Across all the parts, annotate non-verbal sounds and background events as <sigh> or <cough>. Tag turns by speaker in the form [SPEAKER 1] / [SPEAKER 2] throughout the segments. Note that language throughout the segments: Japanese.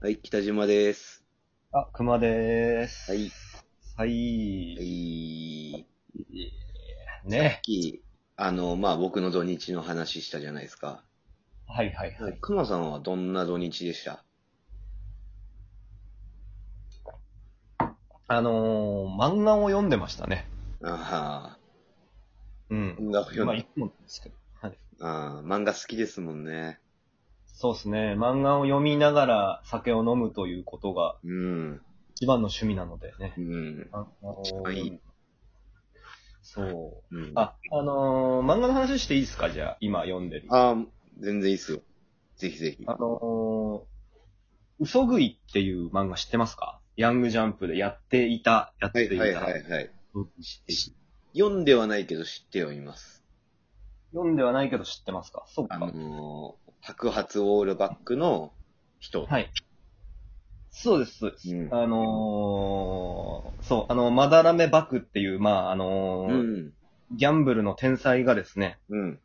[SPEAKER 1] はい、北島です。
[SPEAKER 2] あ、熊でーす。
[SPEAKER 1] はい。
[SPEAKER 2] はい。
[SPEAKER 1] はい。
[SPEAKER 2] ね。
[SPEAKER 1] きあの、まあ、僕の土日の話したじゃないですか。
[SPEAKER 2] はいはいはい。
[SPEAKER 1] 熊さんはどんな土日でした
[SPEAKER 2] あのー、漫画を読んでましたね。
[SPEAKER 1] ああ、
[SPEAKER 2] うん。
[SPEAKER 1] 漫画を読んだ
[SPEAKER 2] まあ、いつもなんですけど。はい。
[SPEAKER 1] あー漫画好きですもんね。
[SPEAKER 2] そうですね。漫画を読みながら酒を飲むということが
[SPEAKER 1] うん。
[SPEAKER 2] 一番の趣味なのでね
[SPEAKER 1] う。ん。
[SPEAKER 2] 漫画を読む
[SPEAKER 1] はいい
[SPEAKER 2] そう。
[SPEAKER 1] うん、
[SPEAKER 2] あ、あのー、漫画の話していいですかじゃあ、今読んでる。あ、
[SPEAKER 1] あー、全然いいっすよ。ぜひぜひ。
[SPEAKER 2] のー、嘘食いっていう漫画知ってますかヤングジャンプでやっていた、やっ
[SPEAKER 1] は
[SPEAKER 2] てい
[SPEAKER 1] い
[SPEAKER 2] た。
[SPEAKER 1] はいはいはい。
[SPEAKER 2] 知っていた
[SPEAKER 1] 読んではないけど知ってはいます。
[SPEAKER 2] 読んではないけど知ってますかそう
[SPEAKER 1] あ
[SPEAKER 2] か。
[SPEAKER 1] のー、白髪オールバックの人。
[SPEAKER 2] はい。そうです、そうです。
[SPEAKER 1] うん
[SPEAKER 2] あのー、そう、あの、まだらめバクっていう、まあ、あの
[SPEAKER 1] う
[SPEAKER 2] ー
[SPEAKER 1] ん。
[SPEAKER 2] ギャンブルの天才がですね、
[SPEAKER 1] うん。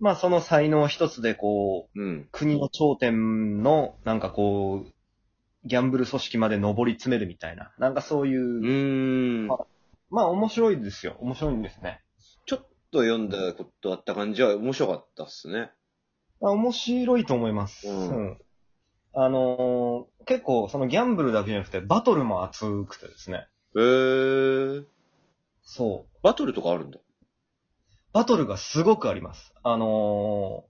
[SPEAKER 2] まあ、その才能一つで、こう、
[SPEAKER 1] うん。
[SPEAKER 2] 国の頂点の、なんかこう、ギャンブル組織まで上り詰めるみたいな、なんかそういう、
[SPEAKER 1] うーん。
[SPEAKER 2] まあ、面白いですよ。面白いんですね。
[SPEAKER 1] ちょっと読んだことあった感じは面白かったっすね。
[SPEAKER 2] あ面白いと思います。
[SPEAKER 1] うん
[SPEAKER 2] うんあのー結構、そのギャンブルだけじゃなくて、バトルも熱くてですね。
[SPEAKER 1] へえー。
[SPEAKER 2] そう。
[SPEAKER 1] バトルとかあるんだ。
[SPEAKER 2] バトルがすごくあります。あの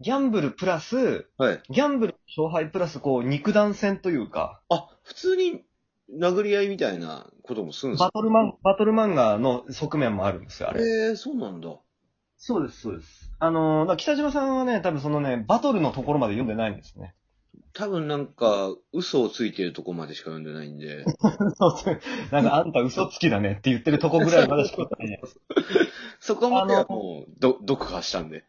[SPEAKER 2] ーギャンブルプラス、
[SPEAKER 1] はい。
[SPEAKER 2] ギャンブルの勝敗プラス、こう、肉弾戦というか、
[SPEAKER 1] あ、普通に殴り合いみたいなこともするんです
[SPEAKER 2] バ
[SPEAKER 1] か
[SPEAKER 2] トルマン、バトル漫画の側面もあるんですよ、あ
[SPEAKER 1] へ
[SPEAKER 2] れ。
[SPEAKER 1] えー、そうなんだ。
[SPEAKER 2] そうです、そうです。あのーだから北島さんはね、多分そのね、バトルのところまで読んでないんですね。
[SPEAKER 1] 多分なんか、嘘をついてるとこまでしか読んでないんで。
[SPEAKER 2] そうそう <laughs> なんか、あんた嘘つきだねって言ってるとこぐらいまでしか読んでない。
[SPEAKER 1] そこまではもう、ど、読破したんで。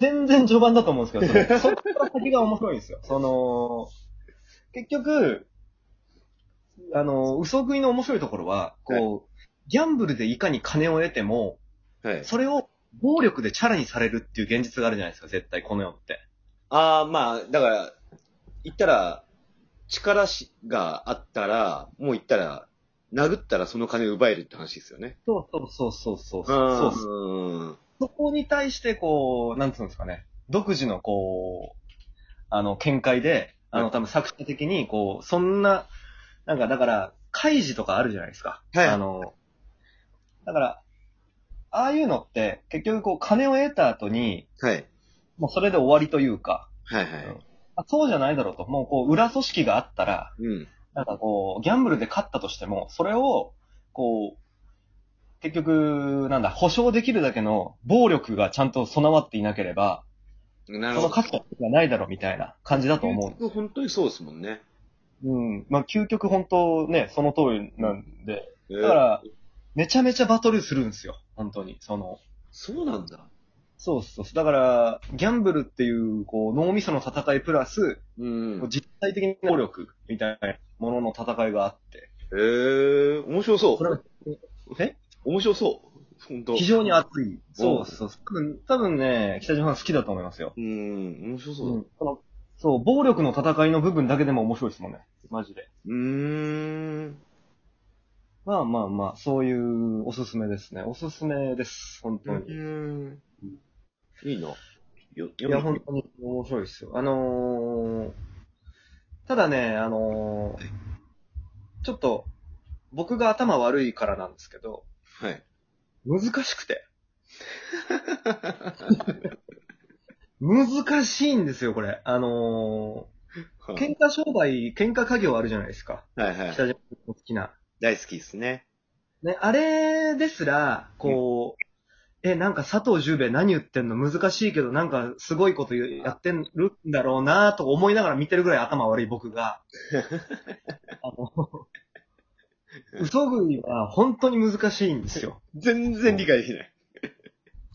[SPEAKER 2] 全然序盤だと思うんですけど、そのそこから先が面白いんですよ。その、結局、あの、嘘食いの面白いところは、こう、ギャンブルでいかに金を得ても、
[SPEAKER 1] はい。
[SPEAKER 2] それを暴力でチャラにされるっていう現実があるじゃないですか、絶対この世って。
[SPEAKER 1] ああ、まあ、だから、言ったら、力しがあったら、もう言ったら、殴ったらその金奪えるって話ですよね。
[SPEAKER 2] そうそうそうそ
[SPEAKER 1] う
[SPEAKER 2] うそう
[SPEAKER 1] ん
[SPEAKER 2] そうそう。そこに対して、こう、なんつうんですかね、独自のこう、あの、見解で、あ
[SPEAKER 1] は
[SPEAKER 2] の、
[SPEAKER 1] い
[SPEAKER 2] 多分作者的に、こう、そんな、なんかだから、開示とかあるじゃないですか。
[SPEAKER 1] はい
[SPEAKER 2] あの、だから、ああいうのって、結局こう、金を得た後に、
[SPEAKER 1] はい。
[SPEAKER 2] もうそれで終わりというか、
[SPEAKER 1] はいはい。
[SPEAKER 2] あそうじゃないだろうと、もうこう、裏組織があったら、
[SPEAKER 1] うん。
[SPEAKER 2] なんかこう、ギャンブルで勝ったとしても、それを、こう、結局、なんだ、保証できるだけの暴力がちゃんと備わっていなければ、
[SPEAKER 1] なる
[SPEAKER 2] その
[SPEAKER 1] ほど。
[SPEAKER 2] 勝つ価値がないだろうみたいな感じだと思
[SPEAKER 1] 僕本当にそうですもんね。
[SPEAKER 2] う。うん。まあ、究極本当ね、その通りなんで、
[SPEAKER 1] だ
[SPEAKER 2] だから、めちゃめちゃバトルするんですよ。本当に。その、
[SPEAKER 1] そうなんだ。
[SPEAKER 2] そうそうそう。だから、ギャンブルっていう、こう、脳みその戦いプラス、
[SPEAKER 1] うんへ
[SPEAKER 2] 実体的な暴力みたいなものの戦いがあって、
[SPEAKER 1] えー、面白そ
[SPEAKER 2] これは
[SPEAKER 1] う。面白そう。本当。
[SPEAKER 2] 非常に熱い。そうそうそう。多分多分ね、北島さん好きだと思いますよ。
[SPEAKER 1] うん、面白そうだ。
[SPEAKER 2] そのそう、暴力の戦いの部分だけでも面白いですもんね。マジで。
[SPEAKER 1] うーん。
[SPEAKER 2] まあまあまあ、そういうおすすめですね。おすすめです。本当に。い
[SPEAKER 1] うん。いいな。よ、
[SPEAKER 2] や、本当に面白いですよ。あのー、ただね、あのー
[SPEAKER 1] はい
[SPEAKER 2] ちょっと、僕が頭悪いからなんですけど、
[SPEAKER 1] はい。
[SPEAKER 2] 難しくて。難しいんですよ、これ。あのー、
[SPEAKER 1] は
[SPEAKER 2] 喧嘩商売、喧嘩家業あるじゃないですか。
[SPEAKER 1] い <laughs> はい。
[SPEAKER 2] 北島君の好きな。
[SPEAKER 1] 大好きですね。
[SPEAKER 2] ね、あれですら、こう、え、なんか佐藤十兵衛何言ってんの難しいけど、なんかすごいこと言うやってるんだろうなと思いながら見てるぐらい頭悪い僕 <laughs> が。あの、嘘食いは本当に難しいんですよ。
[SPEAKER 1] 全然理解できない。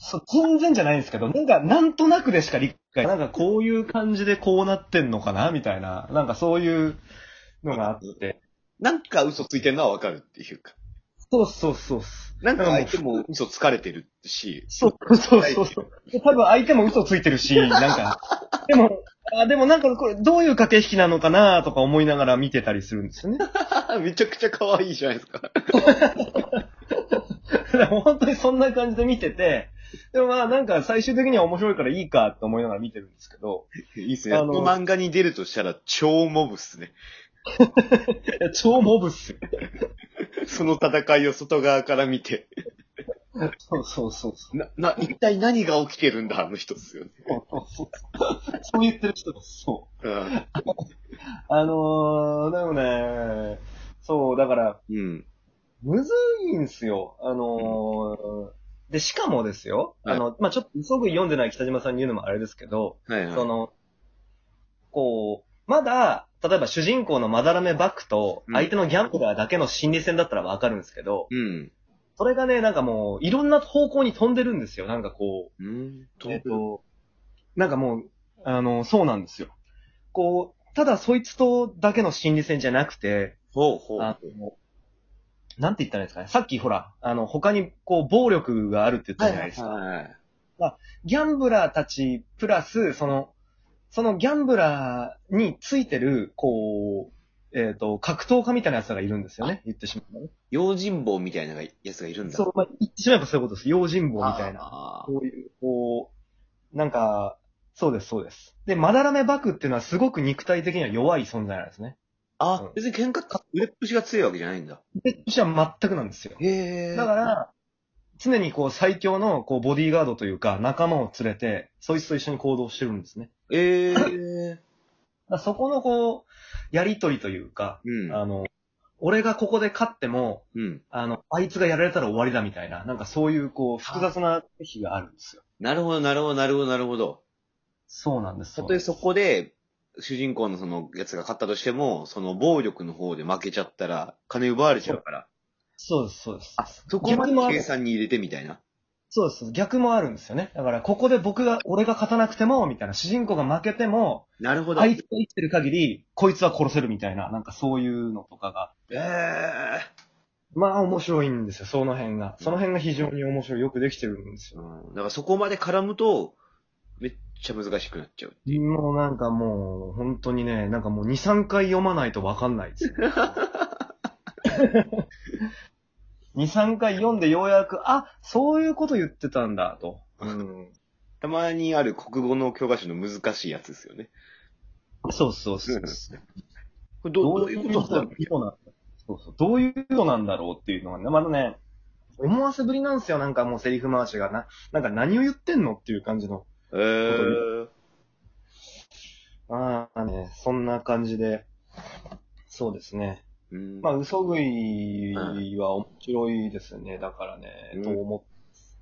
[SPEAKER 2] そう、全然じゃないんですけど、なんかなんとなくでしか理解。なんかこういう感じでこうなってんのかなみたいな。なんかそういうのがあって。
[SPEAKER 1] なんか嘘ついてるのはわかるっていうか。
[SPEAKER 2] そうそうそう。
[SPEAKER 1] なんか相手も嘘つかれてるし。 <laughs>
[SPEAKER 2] <laughs> そうそうそうそう。で多分相手も嘘ついてるし、なんか、でも、あ、でもなんかこれどういう駆け引きなのかなとか思いながら見てたりするんですよね。 <laughs>
[SPEAKER 1] めちゃくちゃ可愛いじゃないですか。
[SPEAKER 2] でも本当にそんな感じで見てて、でもまあなんか最終的には面白いからいいかって思いながら見てるんですけど、
[SPEAKER 1] いいっすね。
[SPEAKER 2] あ
[SPEAKER 1] こ
[SPEAKER 2] の
[SPEAKER 1] の漫画に出るとしたら超モブっす <laughs> ね。
[SPEAKER 2] いや超モブっすよ。
[SPEAKER 1] その戦いを外側から見て。
[SPEAKER 2] そうそうそうそ
[SPEAKER 1] な、な、一体何が起きてるんだ、あの人っすよね。
[SPEAKER 2] う。そう言ってる人です。そう。
[SPEAKER 1] うん
[SPEAKER 2] あのー、でもね、そう、だから、
[SPEAKER 1] うん。
[SPEAKER 2] むずいんすよ。あのー、で、しかもですよ、
[SPEAKER 1] はい
[SPEAKER 2] あの、まあ、ちょっと急ぐ読んでない北島さんに言うのもあれですけど、
[SPEAKER 1] はいはい。
[SPEAKER 2] その、こう、まだ、例えば主人公のまだらめバックと
[SPEAKER 1] うん
[SPEAKER 2] 相手のギャンブラーだけの心理戦だったらわかるんですけど、
[SPEAKER 1] うん。
[SPEAKER 2] それがね、なんかもう、いろんな方向に飛んでるんですよ。なんかこう、
[SPEAKER 1] うん。
[SPEAKER 2] えっと、なんかもう、あの、そうなんですよ。こう、ただそいつとだけの心理戦じゃなくて、
[SPEAKER 1] ほうほう。
[SPEAKER 2] あの、なんて言ったらいいんですかね。さっきほら、あの、他にこう、暴力があるって言ったじゃないですか。
[SPEAKER 1] はい。
[SPEAKER 2] ギャンブラーたち、プラス、その、そのギャンブラーについてる、こう、えっ、と、格闘家みたいなやつらがいるんですよね。言ってしまう、ね。
[SPEAKER 1] 用心棒みたいなやつがいるんだ。
[SPEAKER 2] そう、まあ、言ってしまえばそういうことです。用心棒みたいな。
[SPEAKER 1] あー
[SPEAKER 2] こういう、こう、なんか、そうです、そうです。で、まだらめバクっていうのはすごく肉体的には弱い存在なんですね。
[SPEAKER 1] あ
[SPEAKER 2] うん
[SPEAKER 1] 別に喧嘩、腕っぷしが強いわけじゃないんだ。
[SPEAKER 2] で、私は全くなんですよ。
[SPEAKER 1] へえ。
[SPEAKER 2] だから、常にこう最強のこうボディーガードというか仲間を連れて、そいつと一緒に行動してるんですね。
[SPEAKER 1] ええ。
[SPEAKER 2] だからそこのこう、やりとりというか、
[SPEAKER 1] うん。
[SPEAKER 2] あの、俺がここで勝っても、
[SPEAKER 1] うん。
[SPEAKER 2] あの、あいつがやられたら終わりだみたいな、なんかそういうこう、複雑な敵があるんですよ。
[SPEAKER 1] なるほど、なるほど、なるほど、なるほど。
[SPEAKER 2] そうなんです。
[SPEAKER 1] たとえそこで、主人公のそのやつが勝ったとしても、その暴力の方で負けちゃったら、金奪われちゃうから。
[SPEAKER 2] そうです、そうです。
[SPEAKER 1] あ、そこまで計算に入れてみたいな。
[SPEAKER 2] そうです。そうです逆もあるんですよね。だから、ここで僕が、俺が勝たなくても、みたいな、主人公が負けても、
[SPEAKER 1] なるほど。
[SPEAKER 2] あいつが生きてる限り、こいつは殺せるみたいな、なんかそういうのとかが。
[SPEAKER 1] ええ
[SPEAKER 2] まあ、面白いんですよ、その辺が。その辺が非常に面白い。よくできてるんですよ。
[SPEAKER 1] うん。だからそこまで絡むと、めっちゃ難しくなっちゃう。
[SPEAKER 2] もうなんかもう、本当にね、なんかもう2、3回読まないとわかんないです <laughs> よ。2、3回読んでようやく、あ、そういうこと言ってたんだ、と。うん。
[SPEAKER 1] たまにある国語の教科書の難しいやつですよね。
[SPEAKER 2] そうそうそうそう。
[SPEAKER 1] これ
[SPEAKER 2] ど
[SPEAKER 1] どうど
[SPEAKER 2] う
[SPEAKER 1] う
[SPEAKER 2] い
[SPEAKER 1] いううこ
[SPEAKER 2] ことと
[SPEAKER 1] な
[SPEAKER 2] なんん
[SPEAKER 1] だ
[SPEAKER 2] だろうそうそう。どういうことなんだろうっていうのはね、まだね、思わせぶりなんですよ、なんかもうセリフ回しがな。なんか何を言ってんのっていう感じの。
[SPEAKER 1] えー、
[SPEAKER 2] ああね、そんな感じで。そうですね。
[SPEAKER 1] うん
[SPEAKER 2] まあ、嘘食いは面白いですね。だからね、
[SPEAKER 1] うん
[SPEAKER 2] と思っ、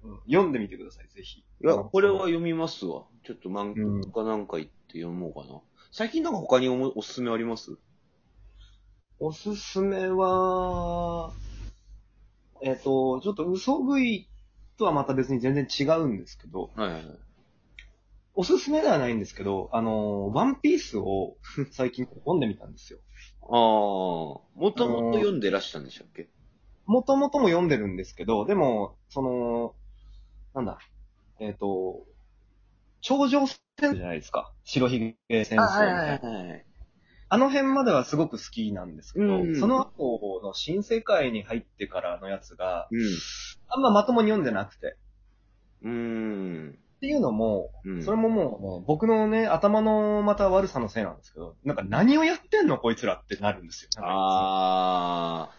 [SPEAKER 2] うん読んでみてください、ぜひ。
[SPEAKER 1] いや、これは読みますわ。ちょっと漫画かなんか行って読もうかな。最近なんか他におもおすすめあります
[SPEAKER 2] おすすめは、えっ、と、ちょっと嘘食いとはまた別に全然違うんですけど、
[SPEAKER 1] はいはいはい。
[SPEAKER 2] おすすめではないんですけど、あのー、ワンピースを最近読んでみたんですよ。
[SPEAKER 1] ああ、もともと読んでらしたんでしたっけ
[SPEAKER 2] もともとも読んでるんですけど、でも、その、なんだ、えっ、と、頂上戦争じゃないですか。白ひげ戦争みたいな。あ
[SPEAKER 1] はいはい。
[SPEAKER 2] の辺まではすごく好きなんですけど、
[SPEAKER 1] うん
[SPEAKER 2] その後の新世界に入ってからのやつが、
[SPEAKER 1] うん。
[SPEAKER 2] あんままともに読んでなくて。
[SPEAKER 1] うーん。
[SPEAKER 2] っていうのも、
[SPEAKER 1] うん、
[SPEAKER 2] それももうね、僕のね、頭のまた悪さのせいなんですけど、なんか何をやってんのこいつらってなるんですよ。
[SPEAKER 1] あ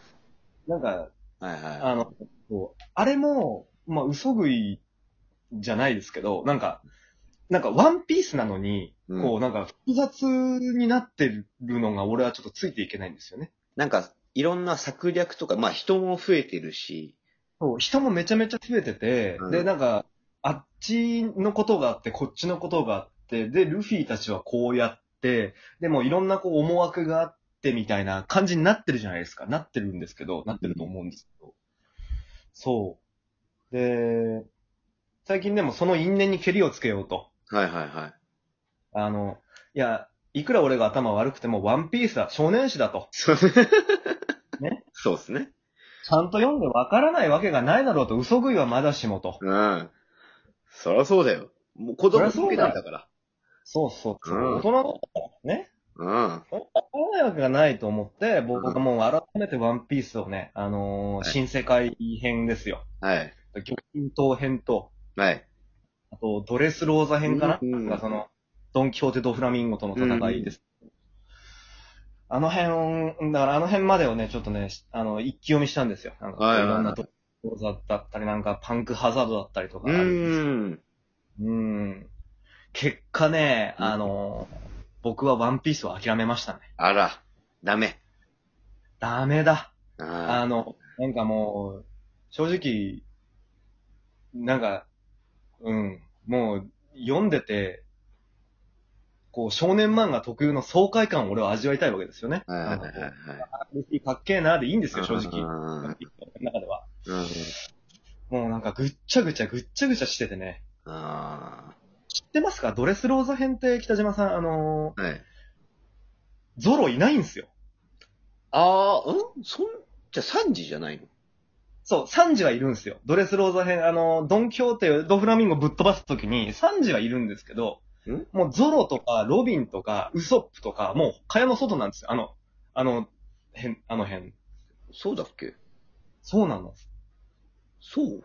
[SPEAKER 2] なんか、
[SPEAKER 1] あ、はいはい。
[SPEAKER 2] あの、こうあれも、まあ、嘘食いじゃないですけど、なんか、なんかワンピースなのに、
[SPEAKER 1] うん
[SPEAKER 2] こうなんか複雑になってるのが俺はちょっとついていけないんですよね。
[SPEAKER 1] なんか、いろんな策略とか、まあ人も増えてるし、
[SPEAKER 2] そう人もめちゃめちゃ増えてて、
[SPEAKER 1] うん
[SPEAKER 2] で、なんか、あっちのことがあって、こっちのことがあって、で、ルフィたちはこうやって、でもいろんなこう思惑があってみたいな感じになってるじゃないですか。なってるんですけど、なってると思うんですけど。そう。で、最近でもその因縁にケリをつけようと。
[SPEAKER 1] はいはいはい。
[SPEAKER 2] あの、いや、いくら俺が頭悪くてもワンピースは少年誌だと。
[SPEAKER 1] そう
[SPEAKER 2] ね
[SPEAKER 1] <laughs> そうですね。
[SPEAKER 2] ちゃんと読んでわからないわけがないだろうと、嘘食いはまだしもと。
[SPEAKER 1] うん。そりゃそうだよ。もう子供向けなんだから。
[SPEAKER 2] そうそうそう。
[SPEAKER 1] うん
[SPEAKER 2] 大人だったからね。
[SPEAKER 1] うん。
[SPEAKER 2] そんなことないわけがないと思って、僕がもう改めてワンピースをね、あの
[SPEAKER 1] は
[SPEAKER 2] ー
[SPEAKER 1] い
[SPEAKER 2] 新世界編ですよ。
[SPEAKER 1] はい。
[SPEAKER 2] 魚金島編と、
[SPEAKER 1] はい。
[SPEAKER 2] あと、ドレスローザ編かな、
[SPEAKER 1] うん
[SPEAKER 2] がその、ドンキホーテ・ド・フラミンゴとの戦いです。あの辺、だからあの辺までをね、ちょっとね、しあの、一気読みしたんですよ。なん
[SPEAKER 1] は
[SPEAKER 2] か、
[SPEAKER 1] い
[SPEAKER 2] い
[SPEAKER 1] はいはい
[SPEAKER 2] ろんなドレスローザだったり、なんか、パンクハザードだったりとか
[SPEAKER 1] う
[SPEAKER 2] あるんですよ
[SPEAKER 1] ーん。
[SPEAKER 2] うん。結果ね、あのー僕はワンピースを諦めましたね。
[SPEAKER 1] あら、ダメ。
[SPEAKER 2] ダメだ。あ
[SPEAKER 1] あ
[SPEAKER 2] の、なんかもう、正直、なんか、うん、もう、読んでて、こう、少年漫画特有の爽快感を俺は味わいたいわけですよね。
[SPEAKER 1] あ。はいはいはい
[SPEAKER 2] あ
[SPEAKER 1] はい。
[SPEAKER 2] のかっけえなーでいいんですよ、正直。
[SPEAKER 1] 直。
[SPEAKER 2] 中では。
[SPEAKER 1] うん。
[SPEAKER 2] もうなんかぐっちゃぐちゃぐっちゃぐちゃしててね。
[SPEAKER 1] あ
[SPEAKER 2] 知ってますかドレスローザ編って北島さん、あの
[SPEAKER 1] あ。はい。
[SPEAKER 2] ーゾロいないんですよ。
[SPEAKER 1] ああ、うんそん、じゃあ3時じゃないの
[SPEAKER 2] そう、サンジはいるんですよ。ドレスローザ編、あの、ドンキョーテ、ドフラミンゴぶっ飛ばすときに、サンジはいるんですけど
[SPEAKER 1] ん、
[SPEAKER 2] もうゾロとか、ロビンとか、ウソップとか、もう、蚊帳の外なんですよ。あの、あの、へん、あの辺。
[SPEAKER 1] そうだっけ
[SPEAKER 2] そうなの。
[SPEAKER 1] そう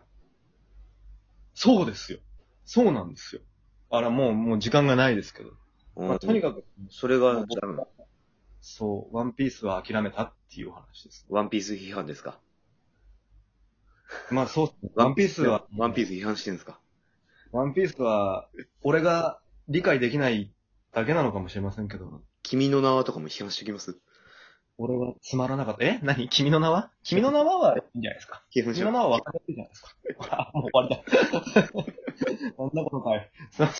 [SPEAKER 2] そうですよ。そうなんですよ。あら、もう、もう時間がないですけど。まあ、とに
[SPEAKER 1] かく。
[SPEAKER 2] かく、
[SPEAKER 1] それが、ダメ
[SPEAKER 2] そう、ワンピースは諦めたっていうお話です。
[SPEAKER 1] ワンピース批判ですか
[SPEAKER 2] まあ、そう、ワンピースは、
[SPEAKER 1] ワンピース批判してんですか
[SPEAKER 2] ワンピースは、俺が理解できないだけなのかもしれませんけど、
[SPEAKER 1] 君の名はとかも批判してきます
[SPEAKER 2] 俺はつまらなかった。え何君の名は君の名ははいいんじゃな
[SPEAKER 1] <laughs>
[SPEAKER 2] いですか。
[SPEAKER 1] 批判しよ
[SPEAKER 2] 君の
[SPEAKER 1] う
[SPEAKER 2] <laughs> 名は分かりやすいじゃないですか。あもう終わりだ。こんなことかい。